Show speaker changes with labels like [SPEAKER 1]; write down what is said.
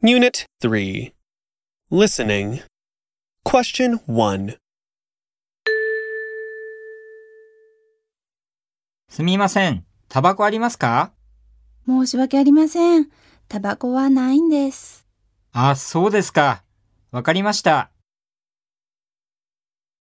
[SPEAKER 1] Unit 3 Listening Question 1
[SPEAKER 2] すみません。タバコありますか
[SPEAKER 3] 申し訳ありません。タバコはないんです。
[SPEAKER 2] あ、そうですか。わかりました。